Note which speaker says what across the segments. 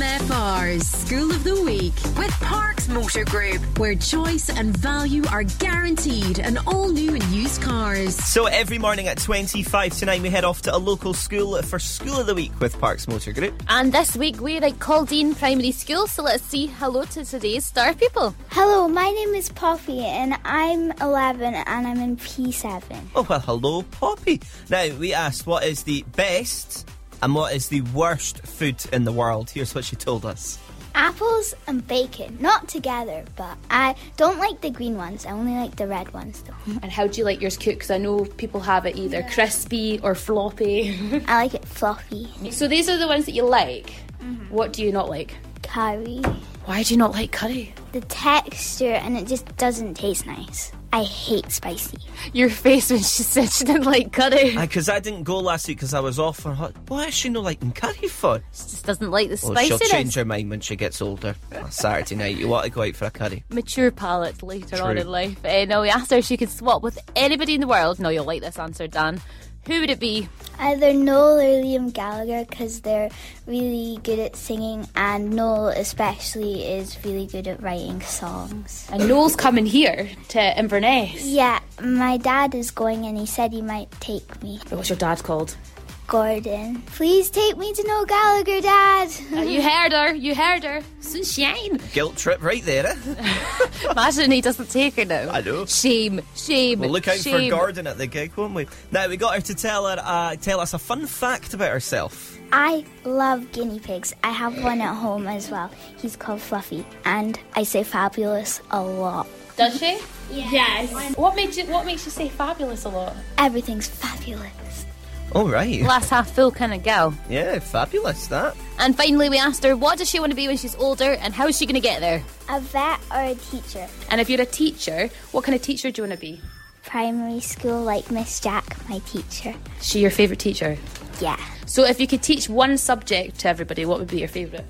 Speaker 1: MFR's School of the Week with Parks Motor Group, where choice and value are guaranteed in all new and used cars.
Speaker 2: So every morning at 25 to 9, we head off to a local school for School of the Week with Parks Motor Group.
Speaker 3: And this week we're at Caldean Primary School, so let's see hello to today's star people.
Speaker 4: Hello, my name is Poppy and I'm 11 and I'm in P7.
Speaker 2: Oh, well, hello, Poppy. Now, we asked what is the best and what is the worst food in the world. Here's what she told us.
Speaker 4: Apples and bacon, not together, but I don't like the green ones. I only like the red ones though.
Speaker 5: And how do you like yours cooked? 'Cause I know people have it either crispy or floppy.
Speaker 4: I like it fluffy.
Speaker 5: so these are the ones that you like. What do you not like?
Speaker 4: Curry.
Speaker 5: Mm-hmm. Why do you not like curry?
Speaker 4: The texture and it just doesn't taste nice. I hate spicy.
Speaker 3: Your face when she said she didn't like curry.
Speaker 2: Because I didn't go last week because I was off for hot. What is she not liking curry for?
Speaker 3: She just doesn't like the
Speaker 2: Well, she'll
Speaker 3: spiciness.
Speaker 2: change her mind when she gets older. On Saturday night, you want to go out for a curry.
Speaker 3: Mature palate later on
Speaker 2: True.
Speaker 3: in life. Uh, no, we asked her if she could swap with anybody in the world. No, you'll like this answer, Dan. Who would it be?
Speaker 4: Either Noel or Liam Gallagher because they're really good at singing, and Noel especially is really good at writing songs.
Speaker 5: And Noel's coming here to Inverness.
Speaker 4: Yeah, my dad is going and he said he might take me.
Speaker 5: What's your dad called?
Speaker 4: Gordon, please take me to Noel Gallagher, Dad.
Speaker 3: Uh, you heard her. You heard her. Sunshine.
Speaker 2: Guilt trip right there, eh?
Speaker 3: Imagine he doesn't take her now.
Speaker 2: I know.
Speaker 3: Shame. Shame.
Speaker 2: We'll look out
Speaker 3: shame.
Speaker 2: for Gordon at the gig, won't we? Now we got her to tell her uh, tell us a fun fact about herself.
Speaker 4: I love guinea pigs. I have one at home as well. He's called Fluffy, and I say fabulous a lot.
Speaker 5: Does she? Yes. What made you? What makes you say fabulous a lot?
Speaker 4: Everything's fabulous.
Speaker 2: All right.
Speaker 3: Glass half full kind of gal.
Speaker 2: Yeah, fabulous that.
Speaker 3: And finally, we asked her what does she want to be when she's older, and how is she going to get there?
Speaker 4: A vet or a teacher?
Speaker 5: And if you're a teacher, what kind of teacher do you want to be?
Speaker 4: Primary school, like Miss Jack, my teacher.
Speaker 5: Is she your favourite teacher?
Speaker 4: Yeah.
Speaker 5: So if you could teach one subject to everybody, what would be your favourite?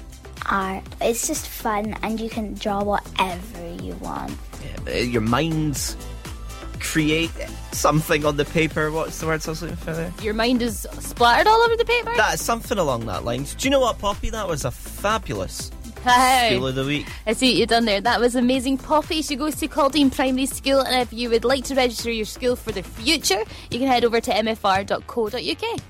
Speaker 4: art. It's just fun and you can draw whatever you want.
Speaker 2: Yeah, but, uh, your minds create something on the paper. What's the word I was looking for there?
Speaker 3: Your mind is splattered all over the paper.
Speaker 2: That's something along that lines. Do you know what, Poppy? That was a fabulous
Speaker 3: Hey.
Speaker 2: school of the week.
Speaker 3: I see what you've done there. That was amazing. Poppy, she goes to Caldean Primary School, and if you would like to register your school for the future, you can head over to mfr.co.uk.